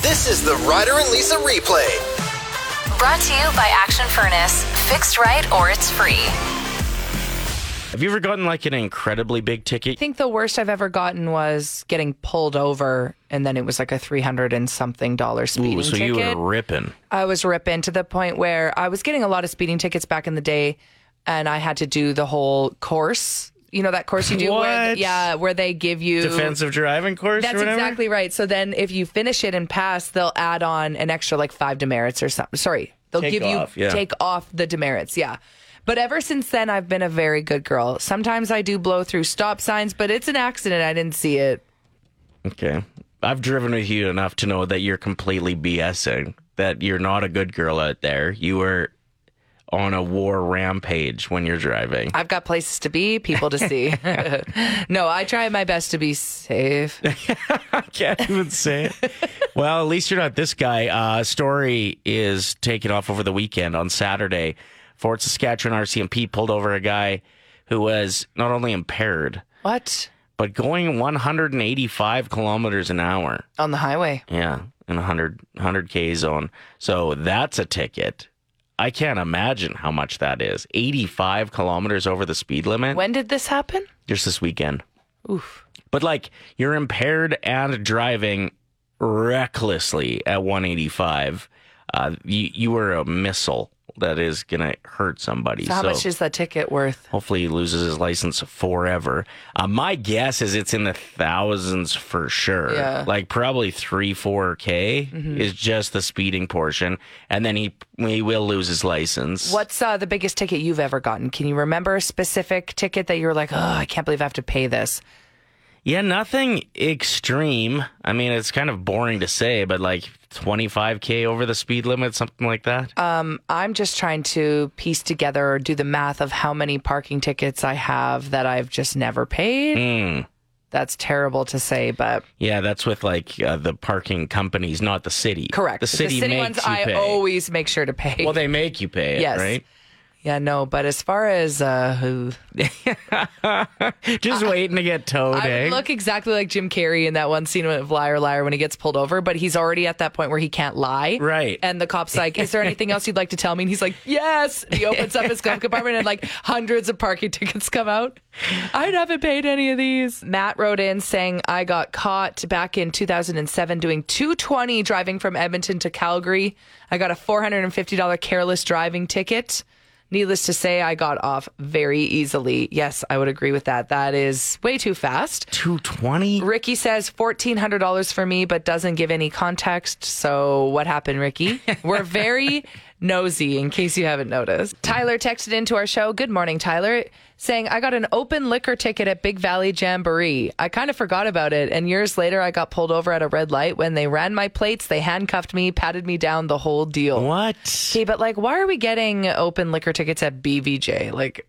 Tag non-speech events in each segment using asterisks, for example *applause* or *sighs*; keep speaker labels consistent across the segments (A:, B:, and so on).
A: This is the Ryder and Lisa replay.
B: Brought to you by Action Furnace. Fixed right or it's free.
C: Have you ever gotten like an incredibly big
D: I
C: ticket?
D: think the worst I've ever gotten was getting pulled over, and then it was like a three hundred and something dollar speeding
C: Ooh, so you
D: ticket.
C: were ripping.
D: I was ripping to the point where I was getting a lot of speeding tickets back in the day, and I had to do the whole course. You know that course you do, where
C: What?
D: yeah, where they give you
C: Defensive driving course.
D: That's
C: or whatever?
D: exactly right. So then, if you finish it and pass, they'll add on an extra like five demerits or something. Sorry, they'll
C: Take
D: give
C: off,
D: you
C: yeah.
D: take off the demerits. Yeah. But ever since then, I've been a very good girl. Sometimes I do blow through stop signs, but it's an accident. I didn't see it.
C: Okay. I've driven with you enough to know that you're completely BSing. That you're not a good girl out there. You were on a war rampage when you're driving.
D: I've got places to be, people to
C: *laughs*
D: see. *laughs* no, I try my best to
C: *laughs*
D: be safe.
C: can't even say it. *laughs* well, at least you're not this guy. Uh, story is taking off over the weekend on Saturday. Fort Saskatchewan RCMP pulled over a guy who was not only impaired,
D: What
C: but going 185 kilometers an hour.
D: on the highway?
C: Yeah, in a 100, 100 K zone. So that's a ticket. I can't imagine how much that is. 85 kilometers over the speed limit
D: When did this happen?
C: just this weekend. Oof. But like you're impaired and driving recklessly at 185. Uh, you you were a missile that is gonna hurt somebody.
D: So how much is that ticket worth?
C: hopefully he loses his license forever. Uh, my guess is it's in the thousands for sure.
D: Yeah. Mm-hmm.
C: Like probably three four k is just the speeding portion, and then he he will lose his license.
D: What's uh, the biggest ticket you've ever gotten? Can you remember a specific ticket that you were like, oh, I can't believe I have to pay this?
C: Yeah, nothing extreme. I mean, it's kind of boring to say, but like 25K over the speed limit, something like that.
D: Uh, I'm just trying to piece together or do the math of how many parking tickets I have that I've just never paid.
C: Hmm.
D: That's terrible to say, but
C: yeah, that's with like uh, the parking companies, not the city.
D: correct.
C: The city, makes
D: ones
C: you
D: I
C: pay.
D: always make sure to pay.
C: well, they make you pay it,
D: Yes.
C: right?
D: yeah, no, but as far as uh, who-
C: Just waiting to get towed,
D: I
C: eh?
D: would look exactly like Jim Carrey in that one scene of Liar Liar when he gets pulled over, but he's already at that point where he can't lie.
C: Right.
D: And the cop's like, Is there anything else you'd like to tell me? And he's like, Yes. And he opens up his glove compartment and like hundreds of parking tickets come out. I haven't paid any of these. Matt wrote in saying, I got caught back in 2007 doing 220 driving from Edmonton to Calgary. I got a $450 careless driving ticket. Needless to say, I got off very easily. Yes, I would agree with that. That is way too fast.
C: 220?
D: Ricky says $1,400 for me, but doesn't give any context. So, what happened, Ricky? We're very nosy, in case you haven't noticed. Tyler texted into our show, Good morning, Tyler, saying, I got an open liquor ticket at Big Valley Jamboree. I kind of forgot about it. And years later, I got pulled over at a red light. When they ran my plates, they handcuffed me, patted me down, the whole deal.
C: What?
D: Okay, but like, why are we getting open liquor tickets at BVJ? Like,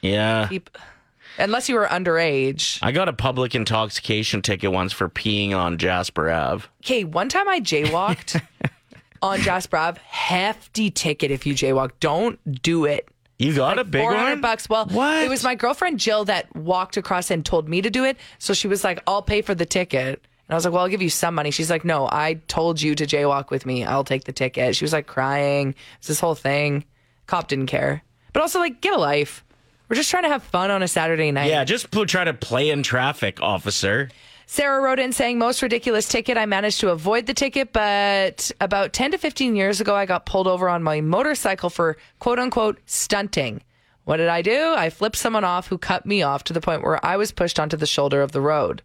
C: Yeah.
D: keep- unless you were underage.
C: I got a public intoxication ticket once for peeing on Jasper Ave.
D: Okay, one time I jaywalked
C: *laughs*
D: on Jasper Ave. Hefty ticket if you jaywalk. Don't do it.
C: You got a big
D: Four
C: one?
D: hundred bucks. Well,
C: what?
D: it was my girlfriend Jill that walked across and told me to do it. So she was like, "I'll pay for the ticket." And I was like, "Well, I'll give you some money." She's like, "No, I told you to jaywalk with me. I'll take the ticket." She was like crying. It's this whole thing. Cop didn't care, but also like, get a life. We're just trying to have fun on a Saturday night.
C: Yeah, just pl- try to play in traffic, officer.
D: Sarah wrote in saying, most ridiculous ticket. I managed to avoid the ticket, but about 10 to 15 years ago, I got pulled over on my motorcycle for quote unquote stunting. What did I do? I flipped someone off who cut me off to the point where I was pushed onto the shoulder of the road.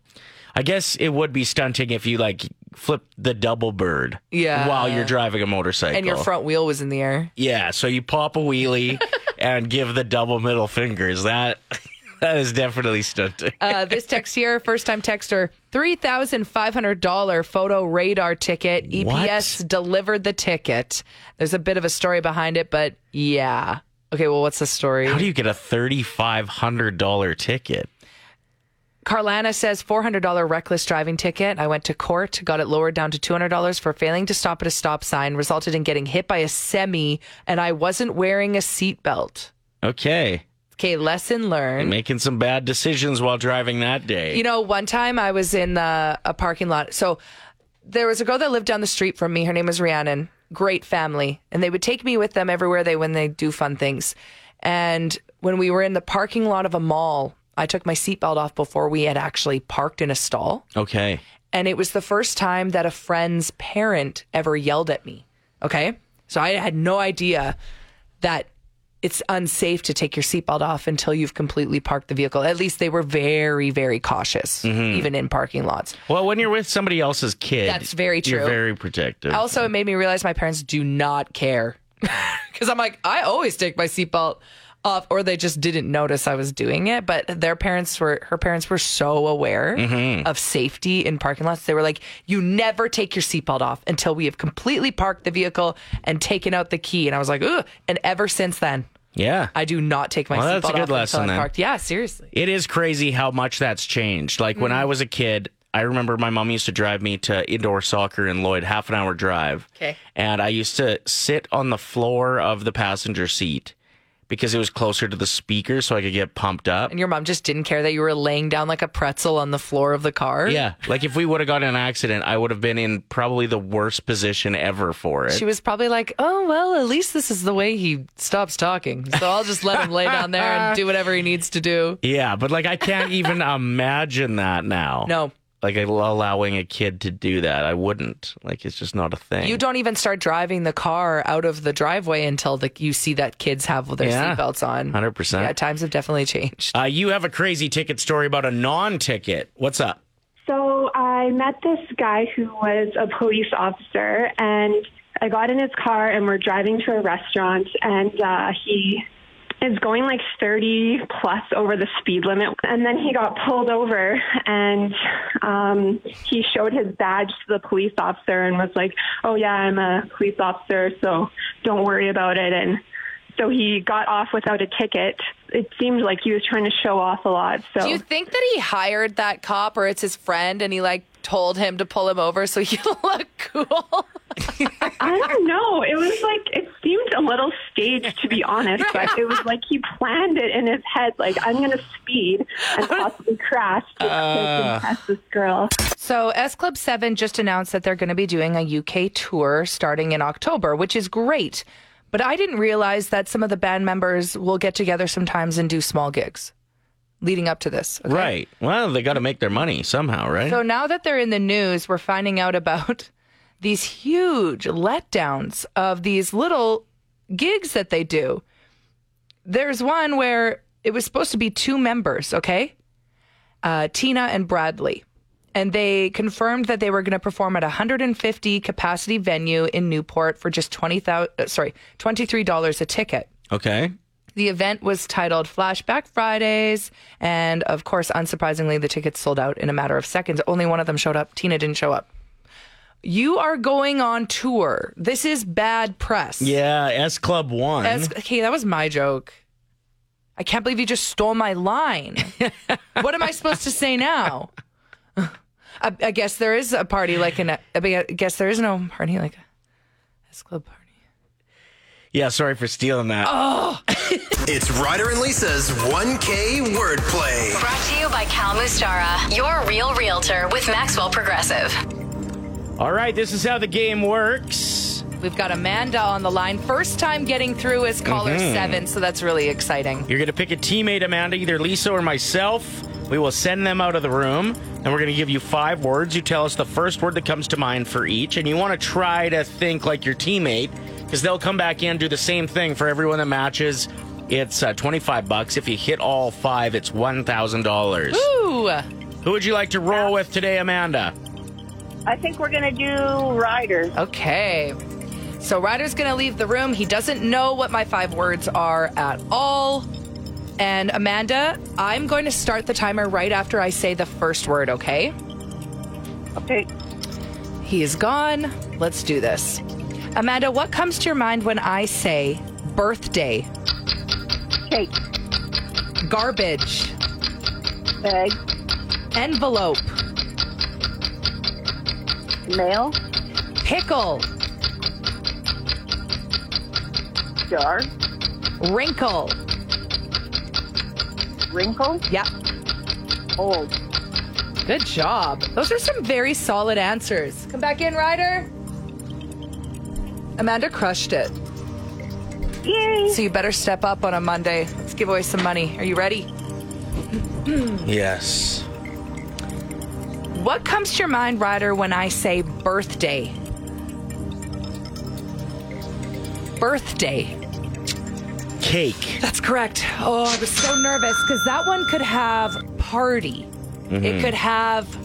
C: I guess it would be stunting if you like flip the double bird.
D: Yeah.
C: While you're driving a motorcycle.
D: And your front wheel was in the air.
C: Yeah. So you pop a
D: *laughs*
C: wheelie and give the double middle fingers. That *laughs* that is definitely stunting.
D: Uh, this text here, first time texter, $3,500 photo radar ticket. EPS delivered the ticket. There's a bit of a story behind it, but yeah. Okay, well, what's the story?
C: How do you get a thirty five hundred dollar ticket?
D: Carlana says $400 reckless driving ticket. I went to court, got it lowered down to $200 for failing to stop at a stop sign, resulted in getting hit by a semi, and I wasn't wearing a seatbelt.
C: Okay.
D: Okay, lesson learned.
C: Making some bad decisions while driving that day.
D: You know, one time I was in the, a parking uh, lot. So there was a girl that lived down the street from me. Her name was Rhiannon. Great family. And they would take me with them everywhere they when they do fun things. And when we were in the parking lot of a mall, I took my seatbelt off before we had actually parked in a stall.
C: Okay.
D: And it was the first time that a friend's parent ever yelled at me. Okay. So I had no idea that it's unsafe to take your seatbelt off until you've completely parked the vehicle. At least they were very, very cautious, even in parking lots.
C: Well, when you're with somebody else's kid,
D: That's very
C: You're
D: true.
C: very protective.
D: Also, it made me realize my parents do not care *laughs* because I'm like, I always take my seatbelt off, or they just didn't notice I was doing it. But their parents were, her parents were so aware
C: Mm-hmm.
D: of safety in parking lots. They were like, you never take your seatbelt off until we have completely parked the vehicle and taken out the key. And I was like, ugh. And ever since then,
C: yeah.
D: I do not take my
C: Well,
D: seatbelt
C: that's a good
D: off
C: lesson
D: until
C: then.
D: I parked. Yeah, seriously.
C: It is crazy how much that's changed. Like
D: Mm.
C: when I was a kid, I remember my mom used to drive me to indoor soccer in Lloyd, half an hour drive.
D: Okay.
C: And I used to sit on the floor of the passenger seat because it was closer to the speaker so I could get pumped up.
D: And your mom just didn't care that you were laying down like a pretzel on the floor of the car.
C: Yeah. Like if we would have gotten in an accident, I would have been in probably the worst position ever for it.
D: She was probably like, "Oh well, at least this is the way he stops talking. So I'll just let him lay down there and do whatever he needs to do."
C: yeah. But like I
D: *laughs*
C: can't even imagine that now.
D: No,
C: Like allowing a kid to do that. I wouldn't. Like it's just not a thing.
D: you don't even start driving the car out of the driveway until the, you see that kids have their
C: Yeah.
D: seatbelts on.
C: 100%.
D: Yeah, times have definitely changed.
C: Uh, you have a crazy ticket story about a non ticket. What's up?
E: So I met this guy who was a police officer, and I got in his car, and we're driving to a restaurant, and uh, he is going like 30 plus over the speed limit. And then he got pulled over, and um, he showed his badge to the police officer and was like, "Oh yeah, I'm a police officer, so don't worry about it." And so he got off without a ticket. It seemed like he was trying to show off a lot. So
D: Do you think that he hired that cop or it's his friend and he like told him to pull him over so you *laughs* look cool?
E: I don't know. It was like it seemed a little staged, to be honest. But it was like he planned it in his head. Like I'm going to speed and possibly crash just to impress this girl.
D: So, S Club 7 just announced that they're going to be doing a UK tour starting in October, which is great. But I didn't realize that some of the band members will get together sometimes and do small gigs leading up to this. okay?
C: Right. Well, they got to make their money somehow, right?
D: So, now that they're in the news, we're finding out about *laughs* these huge letdowns of these little gigs that they do. There's one where it was supposed to be two members, okay? uh, Tina and Bradley. And they confirmed that they were going to perform at a 150 capacity venue in Newport for just 20,000 uh, sorry, $23 a ticket.
C: okay.
D: The event was titled Flashback Fridays, and of course, unsurprisingly, the tickets sold out in a matter of seconds. Only one of them showed up. Tina didn't show up. You are going on tour. This is bad press.
C: Yeah, S Club 1.
D: That's, okay, that was my joke. I can't believe you just stole my line. what am I supposed to say now? *laughs* I, I guess there is a party like an. I mean, I guess there is no party like a S Club party.
C: yeah, sorry for stealing that.
D: Oh.
A: It's Ryder and Lisa's 1K wordplay.
B: Brought to you by Cal Mustara, your real realtor with Maxwell Progressive.
C: All right, this is how the game works.
D: We've got Amanda on the line. First time getting through as caller seven, so that's really exciting.
C: You're going to pick a teammate, Amanda, either Lisa or myself. We will send them out of the room, and we're going to give you five words. You tell us the first word that comes to mind for each, and you want to try to think like your teammate because they'll come back in do the same thing for everyone that matches. It's uh, 25 bucks. If you hit all five, it's $1,000.
D: Ooh,
C: Who would you like to roll with today, Amanda?
F: I think we're going to do Ryder.
D: okay. So Ryder's going to leave the room. He doesn't know what my five words are at all. And Amanda, I'm going to start the timer right after I say the first word, okay?
F: Okay.
D: He is gone. Let's do this. Amanda, what comes to your mind when I say birthday,
F: Cake.
D: garbage,
F: Bag.
D: envelope,
F: Mail.
D: pickle,
F: Jar.
D: wrinkle?
F: Wrinkle.
D: Yep.
F: Old.
D: Good job. Those are some very solid answers. Come back in, Ryder. Amanda crushed it.
F: Yay.
D: So you better step up on a Monday. Let's give away some money. Are you ready?
C: Yes.
D: What comes to your mind, Ryder, when I say birthday? Birthday.
C: Cake.
D: That's correct. Oh, I was so nervous because that one could have party.
C: Mm-hmm.
D: It could have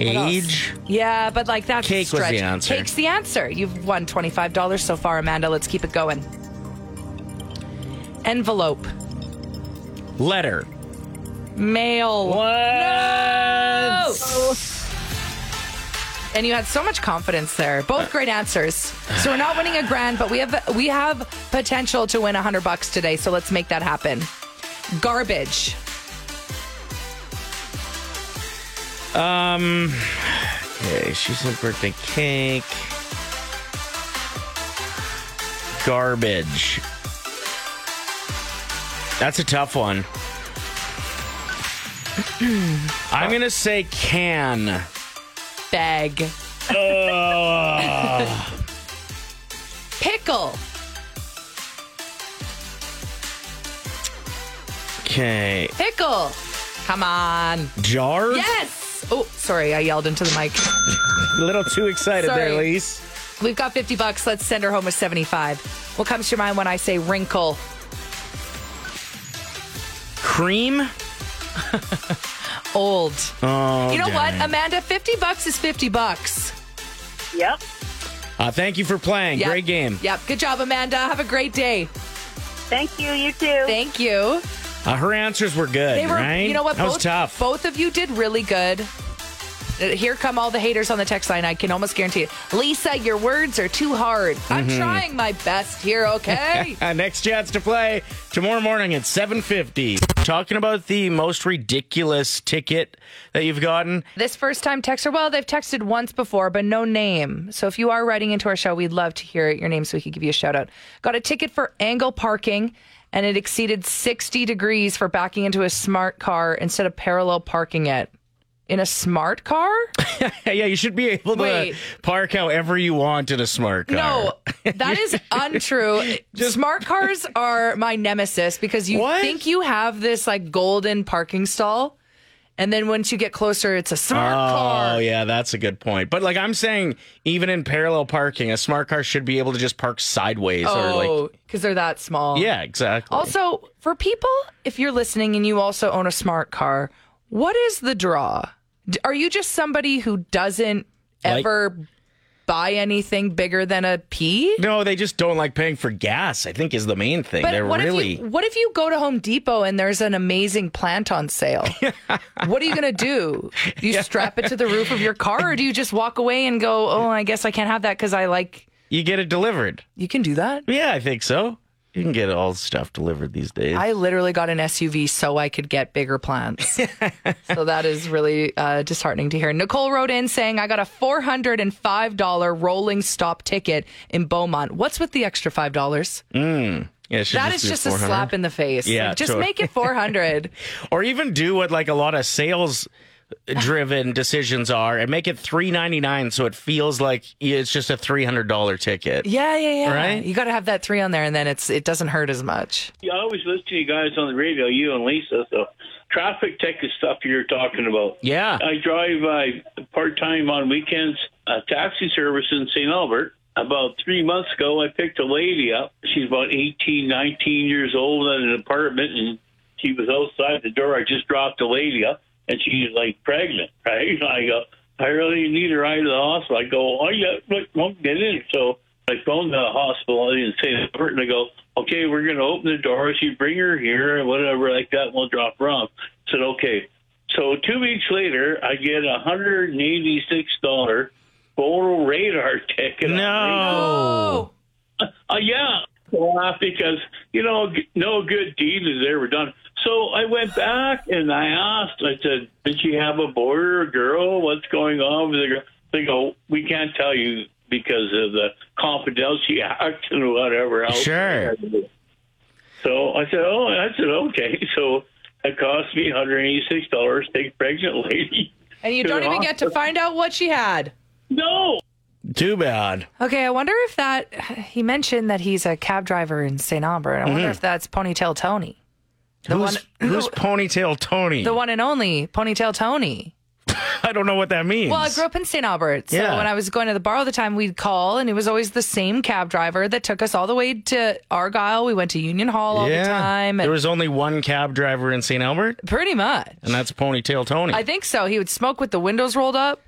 D: else?
C: Age.
D: yeah, but like that's a
C: Cake was the
D: stretch.
C: answer.
D: Cake's the answer. You've won twenty five dollars so far, Amanda. Let's keep it going. Envelope,
C: Letter.
D: mail,
C: No!
D: and you had so much confidence there. Both great answers. So we're not winning a grand, but we have we have potential to win hundred bucks today. So let's make that happen. Garbage.
C: Um. Okay, she said birthday cake. Garbage. That's a tough one. *clears throat* I'm gonna say can.
D: Bag. Pickle.
C: Okay.
D: Pickle. Come on.
C: Jar?
D: Yes. Oh, sorry. I yelled into the mic.
C: A little too excited
D: Sorry.
C: there, Lise.
D: We've got 50 bucks. Let's send her home with 75. What comes to your mind when I say wrinkle?
C: Cream?
D: Old.
C: Oh,
D: you know
C: dang
D: what, Um,
C: it.
D: Amanda? 50 bucks is 50 bucks.
F: Yep.
C: Uh, thank you for playing.
D: Yep.
C: Great game.
D: Yep. Good job, Amanda. Have a great day.
F: Thank you. You too.
D: Thank you.
C: Uh, her answers were good,
D: They were,
C: right?
D: you know what?
C: That
D: both,
C: was tough.
D: Both of you did really good. Uh, Here come all the haters on the text line. I can almost guarantee it. Lisa, your words are too hard.
C: Mm-hmm.
D: I'm trying my best
C: *laughs*
D: here, okay?
C: Uh, next chance to play tomorrow morning at 7.50. Talking about the most ridiculous ticket that you've gotten. *laughs*
D: this first time texter, well, they've texted once before, but no name. So if you are writing into our show, we'd love to hear your name so we could give you a shout out. Got a ticket for angle parking, and it exceeded 60 degrees for backing into a smart car instead of parallel parking it. In a smart car?
C: Yeah, yeah, you should be able to
D: Wait.
C: park however you want in a smart car.
D: No, *laughs*
C: *laughs*
D: that is untrue. Smart cars are my nemesis because you
C: What?
D: think you have this like golden parking stall, and then once you get closer, it's a smart car.
C: Oh, yeah, that's a good point. But, like, I'm saying, even in parallel parking, a smart car should be able to just park sideways or, like,
D: Oh, because they're that small.
C: yeah, exactly.
D: Also, for people, if you're listening and you also own a smart car, what is the draw? D- Are you just somebody who doesn't
C: Like-
D: ever buy anything bigger than a pea?
C: no, they just don't like paying for gas, I think, is the main thing. They're
D: what
C: really.
D: if you what if you go to Home Depot and there's an amazing plant
C: *laughs*
D: on sale? what are you gonna do? Do you strap it to the roof of your car, or do you just walk away and go, "Oh, I guess I can't have that because I like."
C: you get it delivered.
D: You can do that.
C: Yeah, I think so. You can get all stuff delivered these days.
D: I literally got an SUV so I could get bigger *laughs* plants. so that is really uh, disheartening to hear. Nicole wrote in saying, I got a $405 rolling stop ticket in Beaumont. What's with the extra $5?
C: yeah, it should
D: that is
C: be
D: just a
C: 400.
D: slap in the face.
C: Yeah,
D: Like, just
C: totally.
D: make it *laughs* 400
C: Or even do what like a lot of sales driven *laughs* decisions are and make it 399 so it feels like it's just a $300 ticket.
D: Yeah, yeah, yeah.
C: Right?
D: You got to have that three on there and then it's it doesn't hurt as much.
G: I always listen to you guys on the radio, you and Lisa. So, traffic ticket stuff you're talking about.
C: Yeah.
G: I drive uh, part time on weekends a taxi service in St. Albert. About three months ago, I picked a lady up. She's about 18, 19 years old at an apartment, and she was outside the door. I just dropped a lady up, and she's like pregnant, right? *laughs* I go, I really need her ride to the hospital. I go, oh, yeah, look, won't get in. So I phoned the hospital in St. Albert, and I go, okay, we're going to open the doors. You bring her here, and whatever like that, and we'll drop her off. I said, okay. So two weeks later, I get a hundred and eighty-six dollar photo radar ticket.
C: No.
G: Uh, yeah, uh, because you know g- no good deed is ever done. So I went back and I asked. I said, "Did she have a boy or a girl? What's going on with the girl?" They go, "We can't tell you because of the confidentiality act and whatever else."
C: Sure.
G: So I said, *laughs* "Oh," I said, "Okay." So it cost me one hundred eighty-six dollars to take pregnant lady *laughs*
D: And you
G: To
D: don't
G: the
D: even get to
G: hospital.
D: find out what she had.
G: No.
C: Too bad.
D: Okay, I wonder if that he mentioned that he's a cab driver in St. Albert. I wonder if that's Ponytail Tony.
C: who's who's ponytail Tony?
D: The one and only Ponytail Tony.
C: *laughs* I don't know what that means.
D: Well, I grew up in St. Albert. So
C: Yeah.
D: when I was going to the bar all the time, we'd call, and it was always the same cab driver that took us all the way to Argyle. We went to Union Hall all
C: yeah.
D: the time.
C: There
D: And
C: was only one cab driver in St. Albert,
D: pretty much.
C: and that's Ponytail Tony.
D: I think so. He would smoke with the windows rolled up.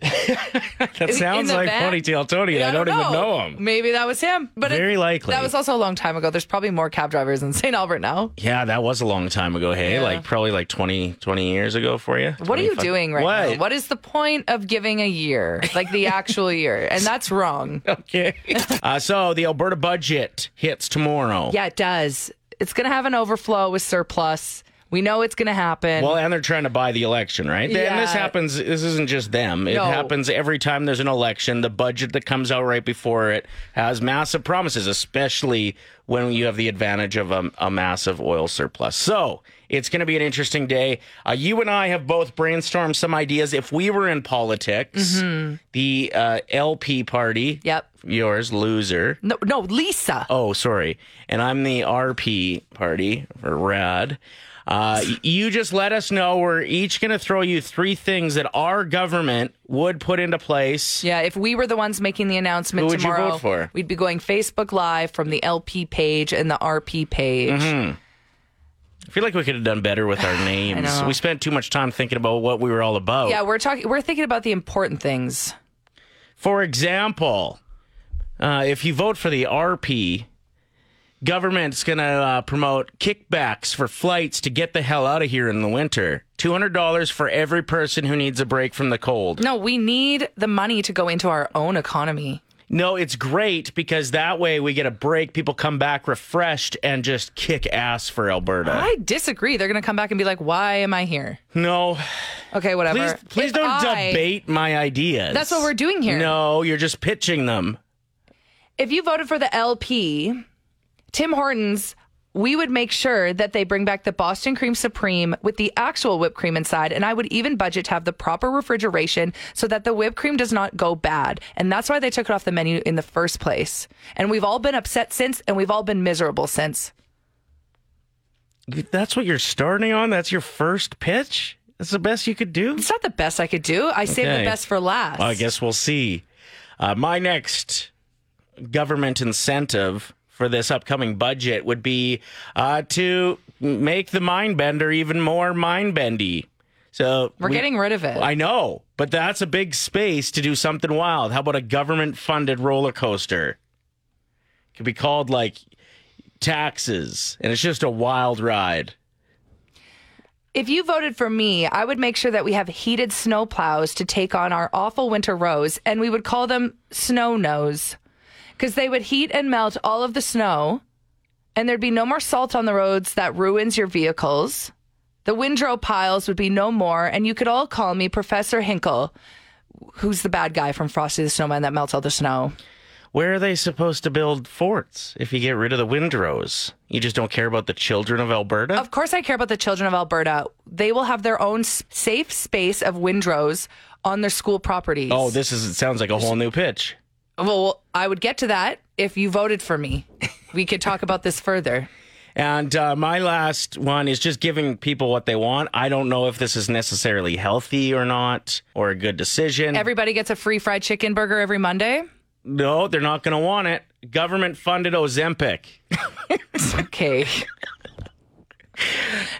C: that sounds
D: the
C: like
D: van?
C: Ponytail Tony, and I don't, even know him.
D: Maybe that was him. But it-
C: Very likely.
D: That was also a long time ago. There's probably more cab drivers in St. Albert now.
C: Yeah, that was a long time ago. Hey,
D: Yeah.
C: like probably like 20, 20 years ago for you.
D: What are you
C: 25
D: doing right
C: what?
D: now? What is the point of giving a year,
C: *laughs*
D: like the actual year? And that's wrong.
C: Okay. uh, so the Alberta budget hits tomorrow.
D: Yeah, it does. It's going to have an overflow with surplus. We know it's going to happen.
C: Well, and they're trying to buy the election, right? And this
D: Yeah.
C: happens. This isn't just them. It
D: No.
C: happens every time there's an election. The budget that comes out right before it has massive promises, especially when you have the advantage of a, a massive oil surplus. So it's going to be an interesting day. Uh, you and I have both brainstormed some ideas. If we were in politics, the uh, LP party,
D: Mm-hmm. Yep.
C: yours, loser.
D: no, no, Lisa.
C: Oh, sorry. And I'm the RP party or rad. Uh, y- you just let us know. We're each going to throw you three things that our government would put into place.
D: Yeah, if we were the ones making the announcement
C: Who would you vote
D: tomorrow,
C: for?
D: we'd be going Facebook Live from the LP page and the RP page.
C: Mm-hmm. I feel like we could have done better with
D: *sighs*
C: our names.
D: know.
C: we spent too much time thinking about what we were all about.
D: Yeah, we're talking. We're thinking about the important things.
C: For example, uh, if you vote for the RP, government's going to uh, promote kickbacks for flights to get the hell out of here in the winter. $200 for every person who needs a break from the cold.
D: No, we need the money to go into our own economy.
C: No, it's great because that way we get a break. People come back refreshed and just kick ass for Alberta.
D: I disagree. They're going to come back and be like, "Why am I here?"
C: No,
D: Okay, whatever.
C: please, please
D: If
C: don't
D: I-
C: debate my ideas.
D: That's what we're doing here.
C: No, you're just pitching them.
D: If you voted for the LP, Tim Hortons, we would make sure that they bring back the Boston Cream Supreme with the actual whipped cream inside. And I would even budget to have the proper refrigeration so that the whipped cream does not go bad. And that's why they took it off the menu in the first place. And we've all been upset since, and we've all been miserable since.
C: That's what you're starting on. That's your first pitch. That's the best you could do.
D: It's not the best I could do. I saved
C: Okay.
D: the best for last.
C: Well, I guess we'll see. Uh, my next government incentive for this upcoming budget would be uh, to make the mind bender even more mind bendy. So
D: We're
C: we-
D: getting rid of it.
C: I know, but that's a big space to do something wild. How about a government funded roller coaster? It could be called like taxes, and it's just a wild ride.
D: If you voted for me, I would make sure that we have heated snow plows to take on our awful winter rows, and we would call them snow nose because they would heat and melt all of the snow, and there'd be no more salt on the roads that ruins your vehicles. The windrow piles would be no more, and you could all call me Professor Hinkle, who's the bad guy from Frosty the Snowman that melts all the snow.
C: Where are they supposed to build forts if you get rid of the windrows? You just don't care about the children of Alberta?
D: Of course, I care about the children of Alberta. They will have their own s- safe space of windrows on their school properties.
C: oh, this is it sounds like a whole new pitch.
D: Well, I would get to that if you voted for me. We could talk about this further.
C: And uh, my last one is just giving people what they want. I don't know if this is necessarily healthy or not, or a good decision.
D: Everybody gets a free fried chicken burger every Monday.
C: no, they're not going to want it. Government funded Ozempic.
D: Okay.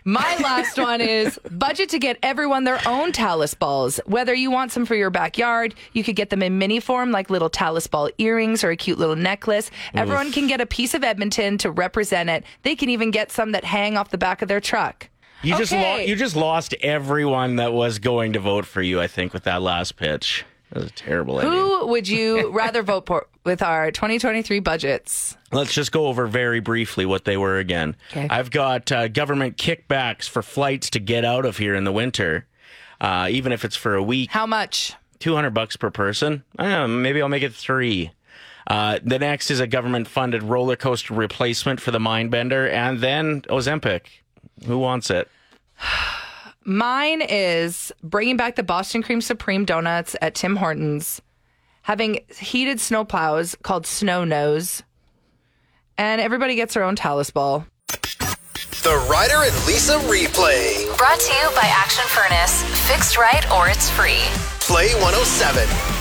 D: My last one is budget to get everyone their own talus balls. Whether you want some for your backyard, you could get them in mini form, like little talus ball earrings or a cute little necklace. Everyone can get a piece of Edmonton to represent it. They can even get some that hang off the back of their truck.
C: You just lo-
D: Okay.
C: you just lost everyone that was going to vote for you. I think with that last pitch, that was a terrible idea.
D: Who would you rather vote for with our 2023 budgets?
C: Let's just go over very briefly what they were again.
D: Okay.
C: I've got uh, government kickbacks for flights to get out of here in the winter, uh, even if it's for a week.
D: How much?
C: Two hundred bucks per person. Uh, maybe I'll make it three. Uh, the next is a government-funded roller coaster replacement for the Mindbender, and then Ozempic. Who wants it?
D: Mine is bringing back the Boston Cream Supreme donuts at Tim Hortons, having heated snow plows called Snow Nose, and everybody gets their own talus ball.
A: The Ryder and Lisa replay.
B: Brought to you by Action Furnace. Fixed right or it's free.
A: oh Play 107.